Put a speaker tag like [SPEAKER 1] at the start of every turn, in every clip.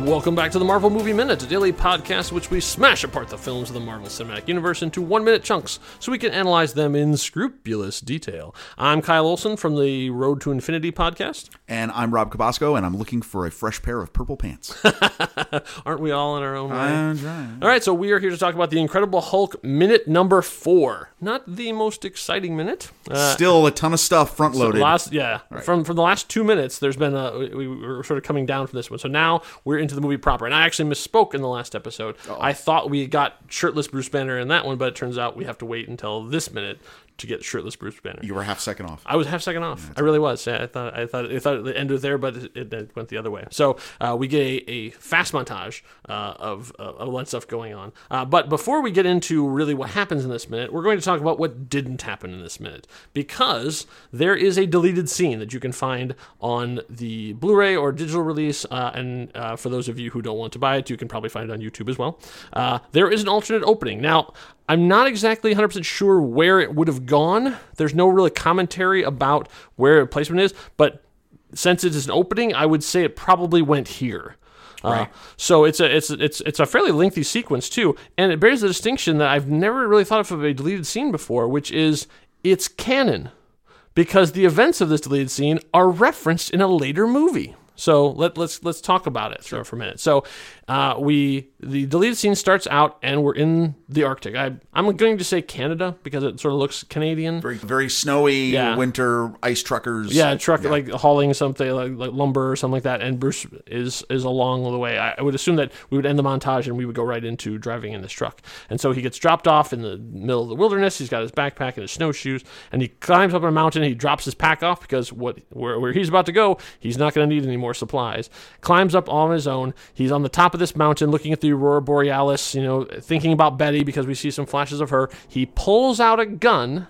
[SPEAKER 1] Welcome back to the Marvel Movie Minute, a daily podcast in which we smash apart the films of the Marvel Cinematic Universe into one minute chunks so we can analyze them in scrupulous detail. I'm Kyle Olson from the Road to Infinity podcast.
[SPEAKER 2] And I'm Rob Cabasco, and I'm looking for a fresh pair of purple pants.
[SPEAKER 1] Aren't we all in our own way?
[SPEAKER 2] I'm trying.
[SPEAKER 1] All right, so we are here to talk about the Incredible Hulk minute number four. Not the most exciting minute. Uh,
[SPEAKER 2] Still a ton of stuff front
[SPEAKER 1] so
[SPEAKER 2] loaded.
[SPEAKER 1] Last, yeah, from from the last two minutes, there's been a we, we were sort of coming down from this one. So now we're into the movie proper, and I actually misspoke in the last episode. I thought we got shirtless Bruce Banner in that one, but it turns out we have to wait until this minute to get shirtless Bruce Banner.
[SPEAKER 2] you were half second off.
[SPEAKER 1] I was half second off. I really was. Yeah, I thought I thought I thought it ended there, but it, it went the other way. So uh, we get a, a fast montage uh, of, of a lot of stuff going on. Uh, but before we get into really what happens in this minute, we're going to talk about what didn't happen in this minute because there is a deleted scene that you can find on the Blu-ray or digital release. Uh, and uh, for those of you who don't want to buy it, you can probably find it on YouTube as well. Uh, there is an alternate opening now. I'm not exactly 100% sure where it would have gone. There's no really commentary about where placement is, but since it is an opening, I would say it probably went here. Uh, so it's a it's a- it's it's a fairly lengthy sequence too, and it bears the distinction that I've never really thought of a deleted scene before, which is it's canon because the events of this deleted scene are referenced in a later movie. So let, let's let's talk about it for, for a minute. So uh, we the deleted scene starts out and we're in the Arctic. I I'm going to say Canada because it sort of looks Canadian.
[SPEAKER 2] Very, very snowy
[SPEAKER 1] Yeah.
[SPEAKER 2] winter ice truckers.
[SPEAKER 1] Yeah, a truck like hauling something like, like lumber or something like that, and Bruce is is along the way. I, I would assume that we would end the montage and we would go right into driving in this truck. And so he gets dropped off in the middle of the wilderness. He's got his backpack and his snowshoes, and he climbs up a mountain. He drops his pack off because what where, where he's about to go, he's not going to need any more supplies. Climbs up on his own. He's on the top of this mountain, looking at the aurora borealis. You know, thinking about Betty because we see some flashes of her. He pulls out a gun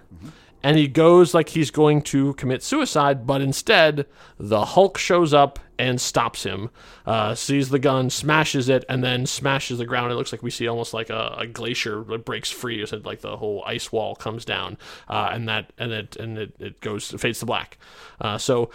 [SPEAKER 1] and he goes like he's going to commit suicide, but instead, the Hulk shows up and stops him, uh, sees the gun, smashes it, and then smashes the ground. It looks like we see almost like a, a glacier that breaks free, so like the whole ice wall comes down, uh, and that and it and it, it goes fades to black. Uh, so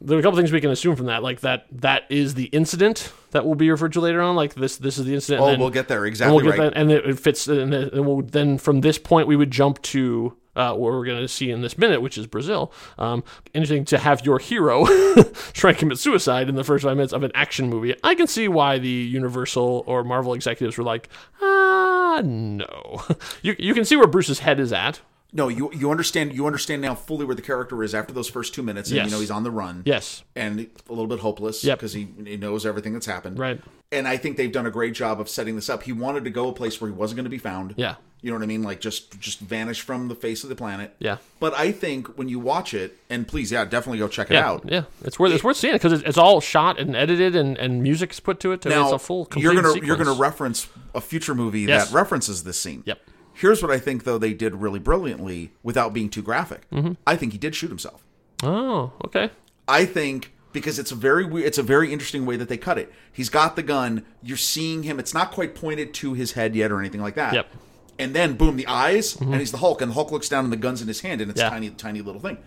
[SPEAKER 1] there are a couple things we can assume from that, like that that is the incident that will be referred to later on. Like this this is the incident.
[SPEAKER 2] Oh,
[SPEAKER 1] and then-
[SPEAKER 2] we'll get there.
[SPEAKER 1] and
[SPEAKER 2] Exactly
[SPEAKER 1] we'll get
[SPEAKER 2] right.
[SPEAKER 1] that, and it, it fits. And then, and we'll, then from this point, we would jump to uh, what we're going to see in this minute, which is Brazil. Um, interesting to have your hero try and commit suicide in the first five minutes of an action movie. I can see why the Universal or Marvel executives were like, ah, no. you you can see where Bruce's head is at.
[SPEAKER 2] No, you you understand you understand now fully where the character is after those first two minutes, and
[SPEAKER 1] Yes.
[SPEAKER 2] you know he's on the run.
[SPEAKER 1] Yes,
[SPEAKER 2] And a little bit hopeless
[SPEAKER 1] Yep.
[SPEAKER 2] because he, he knows everything that's happened.
[SPEAKER 1] right.
[SPEAKER 2] And I think they've done a great job of setting this up. He wanted to go a place where he wasn't going to be found.
[SPEAKER 1] Yeah,
[SPEAKER 2] You know what I mean? Like just just vanish from the face of the planet.
[SPEAKER 1] yeah.
[SPEAKER 2] But I think when you watch it, and please, yeah, definitely go check it
[SPEAKER 1] Yeah,
[SPEAKER 2] out.
[SPEAKER 1] yeah, it's worth it's worth seeing because it's, it's all shot and edited and, and music's put to it. I mean, it's a full complete
[SPEAKER 2] you're gonna
[SPEAKER 1] sequence.
[SPEAKER 2] you're gonna reference a future movie
[SPEAKER 1] Yes.
[SPEAKER 2] that references this scene.
[SPEAKER 1] Yep.
[SPEAKER 2] Here's what I think though they did really brilliantly without being too graphic.
[SPEAKER 1] Mm-hmm.
[SPEAKER 2] I think he did shoot himself.
[SPEAKER 1] oh, okay.
[SPEAKER 2] I think because it's a very we- it's a very interesting way that they cut it. He's got the gun. You're seeing him. It's not quite pointed to his head yet or anything like that.
[SPEAKER 1] Yep. Mm-hmm.
[SPEAKER 2] And then boom, the eyes, and he's the Hulk, and the Hulk looks down and the gun's in his hand, and it's
[SPEAKER 1] Yeah.
[SPEAKER 2] a tiny, tiny little thing.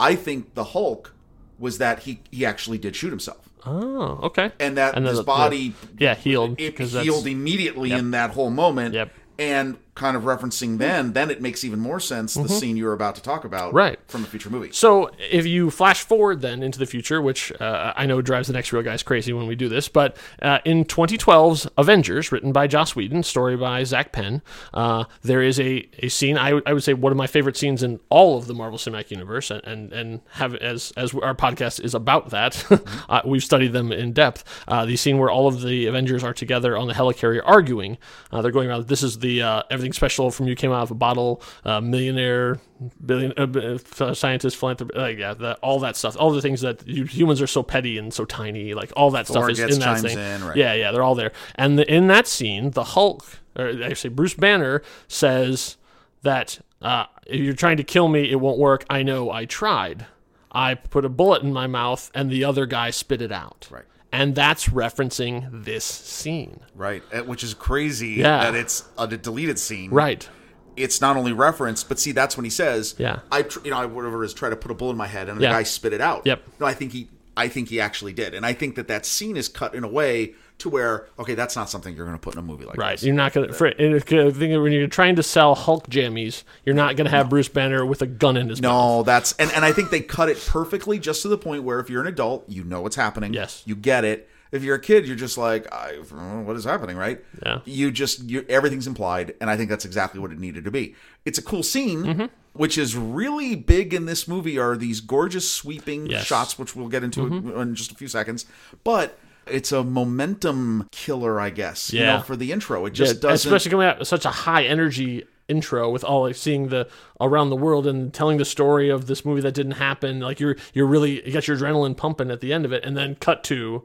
[SPEAKER 2] I think the Hulk was that he he actually did shoot himself,
[SPEAKER 1] Oh, okay.
[SPEAKER 2] and that
[SPEAKER 1] And then
[SPEAKER 2] his
[SPEAKER 1] the- the-
[SPEAKER 2] body
[SPEAKER 1] yeah, healed.
[SPEAKER 2] it
[SPEAKER 1] 'cause that's-
[SPEAKER 2] healed immediately in that whole moment.
[SPEAKER 1] Yep.
[SPEAKER 2] And kind of referencing then, then it makes even more sense the scene you're about to talk about,
[SPEAKER 1] Mm-hmm. Right.
[SPEAKER 2] from a future movie.
[SPEAKER 1] So if you flash forward then into the future, which uh, I know drives the next real guys crazy when we do this, but uh, in 2012's Avengers, written by Joss Whedon, story by Zach Penn, uh, there is a, a scene I would- I would say one of my favorite scenes in all of the Marvel Cinematic Universe, and and, and have as as our podcast is about that, uh, we've studied them in depth. Uh, the scene where all of the Avengers are together on the helicarrier arguing, uh, they're going around. This is the uh, everything special from you came out of a bottle, uh, millionaire billion uh, b- uh, scientist philanthropy like yeah the, all that stuff all the things that you, humans are so petty and so tiny like all that
[SPEAKER 2] Thor
[SPEAKER 1] stuff is
[SPEAKER 2] gets
[SPEAKER 1] in that
[SPEAKER 2] chimes
[SPEAKER 1] thing
[SPEAKER 2] in, right.
[SPEAKER 1] yeah yeah they're all there and the, in that scene the hulk or actually bruce banner says that uh, if you're trying to kill me it won't work i know i tried i put a bullet in my mouth and the other guy spit it out
[SPEAKER 2] Right.
[SPEAKER 1] and that's referencing this scene
[SPEAKER 2] Right, uh, which is crazy
[SPEAKER 1] Yeah.
[SPEAKER 2] that it's a d- deleted scene.
[SPEAKER 1] right
[SPEAKER 2] it's not only referenced, but see, that's when he says,
[SPEAKER 1] Yeah.
[SPEAKER 2] I, tr- you know, I whatever it is try to put a bullet in my head, and
[SPEAKER 1] Yeah.
[SPEAKER 2] the guy spit it out."
[SPEAKER 1] Yep.
[SPEAKER 2] No, I think he, I think he actually did, and I think that that scene is cut in a way to where okay, that's not something you're going to put in a movie like
[SPEAKER 1] Right,
[SPEAKER 2] this.
[SPEAKER 1] you're not gonna. For, and it's gonna- thing when you're trying to sell Hulk jammies, you're not gonna have Bruce Banner with a gun in his mouth.
[SPEAKER 2] No, that's and, and I think they cut it perfectly just to the point where if you're an adult, you know what's happening.
[SPEAKER 1] Yes.
[SPEAKER 2] You get it. If you're a kid, you're just like, I, what is happening, right?
[SPEAKER 1] Yeah.
[SPEAKER 2] You just you everything's implied, and I think that's exactly what it needed to be. It's a cool scene,
[SPEAKER 1] Mm-hmm.
[SPEAKER 2] which is really big in this movie. Are these gorgeous sweeping
[SPEAKER 1] Yes. Mm-hmm.
[SPEAKER 2] shots, which we'll get into in just a few seconds, but. It's a momentum killer, I guess. You
[SPEAKER 1] Yeah.
[SPEAKER 2] know, for the intro, it
[SPEAKER 1] Yeah,
[SPEAKER 2] just doesn't.
[SPEAKER 1] especially coming out with such a high energy intro with all like seeing the around the world and telling the story of this movie that didn't happen. Like you're you're really you got your adrenaline pumping at the end of it, and then cut to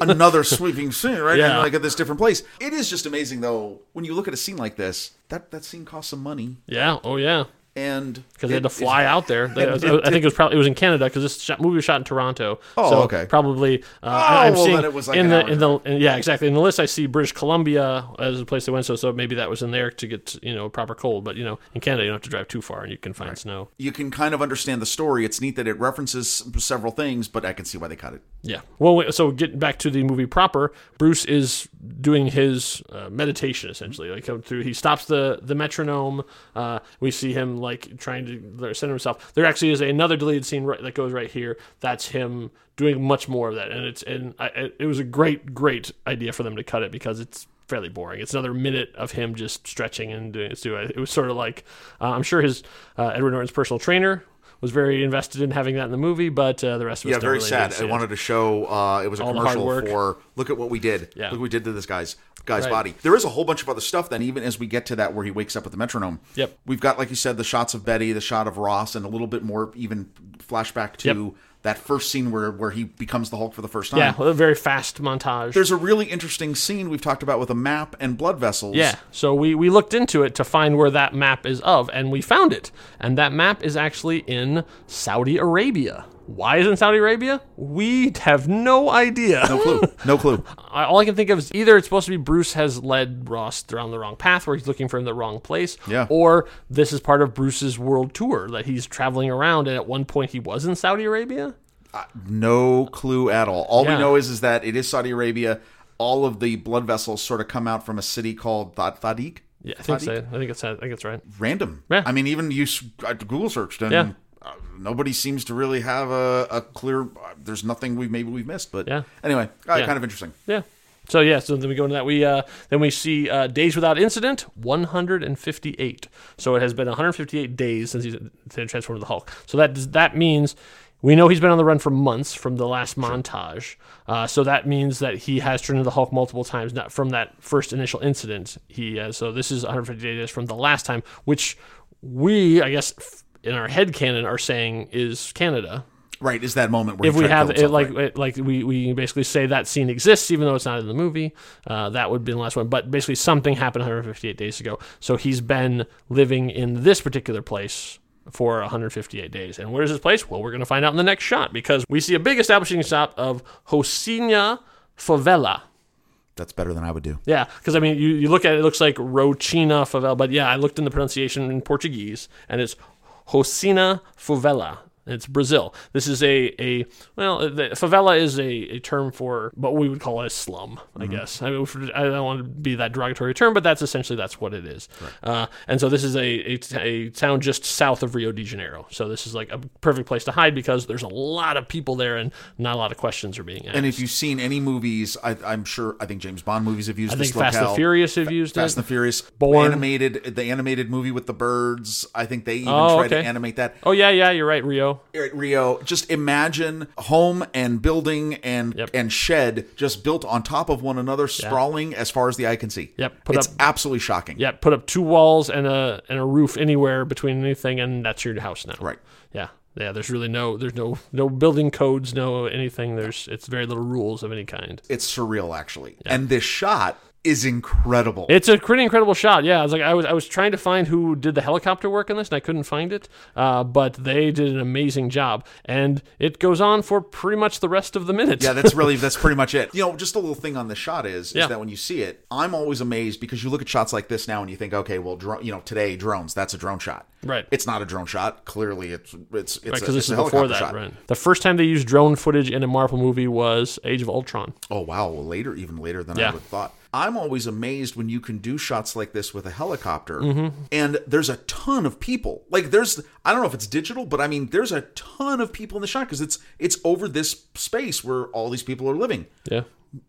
[SPEAKER 2] another sweeping scene, right?
[SPEAKER 1] Yeah.
[SPEAKER 2] And, like at this different place. It is just amazing though, when you look at a scene like this, that, that scene costs some money.
[SPEAKER 1] yeah, oh yeah,
[SPEAKER 2] And
[SPEAKER 1] because they had to fly out there. They- I, I think it was probably it was in Canada because this shot, movie was shot in Toronto.
[SPEAKER 2] Oh,
[SPEAKER 1] so
[SPEAKER 2] okay. Oh,
[SPEAKER 1] Probably. Uh, I- I'm
[SPEAKER 2] well,
[SPEAKER 1] seeing
[SPEAKER 2] then it was like
[SPEAKER 1] in
[SPEAKER 2] an
[SPEAKER 1] the
[SPEAKER 2] hour
[SPEAKER 1] in the in- yeah exactly in the list I see British Columbia as the place they went. So so maybe that was in there to get you know proper cold. But you know in Canada you don't have to drive too far and you can find snow.
[SPEAKER 2] you can kind of understand the story. It's neat that it references several things, but I can see why they cut it.
[SPEAKER 1] Yeah. Well, wait, so getting back to the movie proper, Bruce is doing his uh, meditation essentially. Like come through, he stops the the metronome. Uh, we see him like trying to center himself. There actually is another deleted scene right, that goes right here. That's him doing much more of that, and it's and I, I- it was a great great idea for them to cut it because it's fairly boring. It's another minute of him just stretching and doing it's doing- It was sort of like uh, I'm sure his uh, Edward Norton's personal trainer. Was very invested in having that in the movie, but uh, the rest of us
[SPEAKER 2] Yeah,
[SPEAKER 1] don't
[SPEAKER 2] very
[SPEAKER 1] really
[SPEAKER 2] sad. I
[SPEAKER 1] understand.
[SPEAKER 2] wanted to show uh, it was a
[SPEAKER 1] All the hard
[SPEAKER 2] commercial
[SPEAKER 1] work.
[SPEAKER 2] for look at what we did.
[SPEAKER 1] Yeah.
[SPEAKER 2] Look what we did to this guy's guy's
[SPEAKER 1] Right.
[SPEAKER 2] body. There is a whole bunch of other stuff then even as we get to that where he wakes up with the metronome.
[SPEAKER 1] Yep.
[SPEAKER 2] We've got like you said the shots of Betty, the shot of Ross and a little bit more even flashback to
[SPEAKER 1] Yep.
[SPEAKER 2] that first scene where where he becomes the Hulk for the first time.
[SPEAKER 1] Yeah, well, a very fast montage.
[SPEAKER 2] Uh-huh. There's a really interesting scene we've talked about with a map and blood vessels.
[SPEAKER 1] yeah, so we, we looked into it to find where that map is of, and we found it. And that map is actually in Saudi Arabia. Why is it in Saudi Arabia? We have no idea.
[SPEAKER 2] No clue. No clue.
[SPEAKER 1] I, all I can think of is either it's supposed to be Bruce has led Ross down the wrong path where he's looking for him in the wrong place,
[SPEAKER 2] Yeah.
[SPEAKER 1] or this is part of Bruce's world tour that he's traveling around, and at one point he was in Saudi Arabia.
[SPEAKER 2] No clue at all. All
[SPEAKER 1] Yeah.
[SPEAKER 2] we know is is that it is Saudi Arabia. All of the blood vessels sort of come out from a city called Tha- Thadiq.
[SPEAKER 1] Yeah, I think so. I think it's I think it's right.
[SPEAKER 2] Random.
[SPEAKER 1] Yeah.
[SPEAKER 2] I mean, even you s- I Google searched and
[SPEAKER 1] Yeah.
[SPEAKER 2] uh, nobody seems to really have a, a clear. Uh, there's nothing we maybe we've missed, but
[SPEAKER 1] Yeah.
[SPEAKER 2] anyway, uh,
[SPEAKER 1] Yeah.
[SPEAKER 2] kind of interesting.
[SPEAKER 1] Yeah. So yeah, so then we go into that. We uh, then we see uh, days without incident, 158. So it has been 158 days since he's been transformed into the Hulk. So that that means we know he's been on the run for months from the last montage. Uh, so that means that he has turned into the Hulk multiple times, not from that first initial incident. He uh, so this is 158 days from the last time, which we I guess f- in our head canon are saying is Canada
[SPEAKER 2] Right is that moment where
[SPEAKER 1] if
[SPEAKER 2] he
[SPEAKER 1] we
[SPEAKER 2] tried to
[SPEAKER 1] have
[SPEAKER 2] kill
[SPEAKER 1] it,
[SPEAKER 2] himself,
[SPEAKER 1] like
[SPEAKER 2] right?
[SPEAKER 1] it, like we, we basically say that scene exists even though it's not in the movie uh, that would be the last one but basically something happened 158 days ago so he's been living in this particular place for 158 days and where's this place well we're going to find out in the next shot because we see a big establishing shot of Hosinha favela
[SPEAKER 2] that's better than I would do.
[SPEAKER 1] yeah, because I mean, you, you look at it, it looks like Rochina Favela, but yeah, I looked in the pronunciation in Portuguese, and it's Hosina Favela. It's Brazil. This is a, a well, the, favela is a, a term for what we would call a slum, I
[SPEAKER 2] Mm-hmm.
[SPEAKER 1] guess. I, mean, for- I don't want to be that derogatory term, but that's essentially that's what it is. Uh, and so this is a, a, t- a town just south of Rio de Janeiro. So this is like a perfect place to hide because there's a lot of people there and not a lot of questions are being asked.
[SPEAKER 2] And if you've seen any movies, I, I'm sure I think James Bond movies have used
[SPEAKER 1] I
[SPEAKER 2] this
[SPEAKER 1] think Fast
[SPEAKER 2] locale.
[SPEAKER 1] and Furious have used
[SPEAKER 2] Fast
[SPEAKER 1] it.
[SPEAKER 2] and the Furious,
[SPEAKER 1] Bourne.
[SPEAKER 2] animated the animated movie with the birds. I think they even
[SPEAKER 1] Oh,
[SPEAKER 2] tried
[SPEAKER 1] okay.
[SPEAKER 2] to animate that.
[SPEAKER 1] oh yeah, yeah, you're right, Rio.
[SPEAKER 2] Here at Rio, just imagine home and building and
[SPEAKER 1] Yep.
[SPEAKER 2] and shed just built on top of one another, sprawling as far as the eye can see.
[SPEAKER 1] Yep, put
[SPEAKER 2] it's
[SPEAKER 1] up-
[SPEAKER 2] absolutely shocking.
[SPEAKER 1] Yeah, put up two walls and a and a roof anywhere between anything, and that's your house now.
[SPEAKER 2] Right.
[SPEAKER 1] Yeah. Yeah. There's really no there's no no building codes, no anything. There's it's very little rules of any kind.
[SPEAKER 2] It's surreal, actually. And this shot is incredible.
[SPEAKER 1] It's a pretty incredible shot. Yeah, I was like, I was, I was trying to find who did the helicopter work in this, and I couldn't find it. Uh, but they did an amazing job, and it goes on for pretty much the rest of the minute.
[SPEAKER 2] yeah, that's really that's pretty much it. You know, just a little thing on the shot is
[SPEAKER 1] Yeah.
[SPEAKER 2] is that when you see it, I'm always amazed because you look at shots like this now and you think, okay, well, dro- you know, today drones, that's a drone shot.
[SPEAKER 1] Right.
[SPEAKER 2] It's not a drone shot. Clearly, it's it's it's, a,
[SPEAKER 1] because
[SPEAKER 2] it's
[SPEAKER 1] this
[SPEAKER 2] a
[SPEAKER 1] is before
[SPEAKER 2] helicopter
[SPEAKER 1] that,
[SPEAKER 2] shot.
[SPEAKER 1] right? The first time they used drone footage in a Marvel movie was Age of Ultron.
[SPEAKER 2] Oh wow, well, later even later than I
[SPEAKER 1] Yeah.
[SPEAKER 2] would have thought. I'm always amazed when you can do shots like this with a helicopter,
[SPEAKER 1] Mm-hmm.
[SPEAKER 2] and there's a ton of people. Like there's, I don't know if it's digital, but I mean, there's a ton of people in the shot because it's it's over this space where all these people are living.
[SPEAKER 1] Yeah,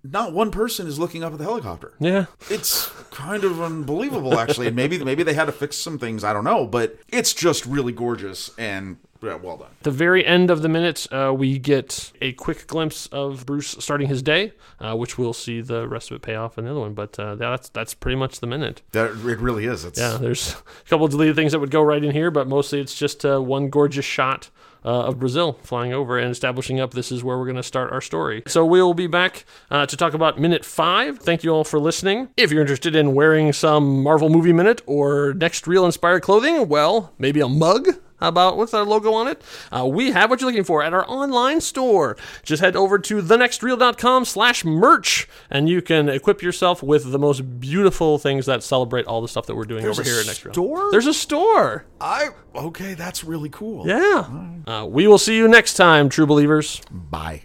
[SPEAKER 2] Not one person is looking up at the helicopter.
[SPEAKER 1] yeah.
[SPEAKER 2] It's kind of unbelievable, actually. And maybe maybe they had to fix some things. I don't know, but it's just really gorgeous and yeah, well done.
[SPEAKER 1] the very end of the minute, uh, we get a quick glimpse of Bruce starting his day, uh, which we'll see the rest of it pay off in the other one. But uh, that's that's pretty much the minute.
[SPEAKER 2] That it really is. It's
[SPEAKER 1] Yeah, there's a couple of deleted things that would go right in here, but mostly it's just uh, one gorgeous shot uh, of Brazil flying over and establishing up this is where we're going to start our story. So we'll be back uh, to talk about minute five. Thank you all for listening. If you're interested in wearing some Marvel Movie Minute or Next Real inspired clothing, well, maybe a mug. How about with our logo on it? Uh, we have what you're looking for at our online store. Just head over to thenextreel.com slash merch and you can equip yourself with the most beautiful things that celebrate all the stuff that we're doing over
[SPEAKER 2] a
[SPEAKER 1] here at Next Reel.
[SPEAKER 2] store?
[SPEAKER 1] There's a store.
[SPEAKER 2] I okay. That's really cool.
[SPEAKER 1] Yeah. Uh, we will see you next time, true believers.
[SPEAKER 2] Bye.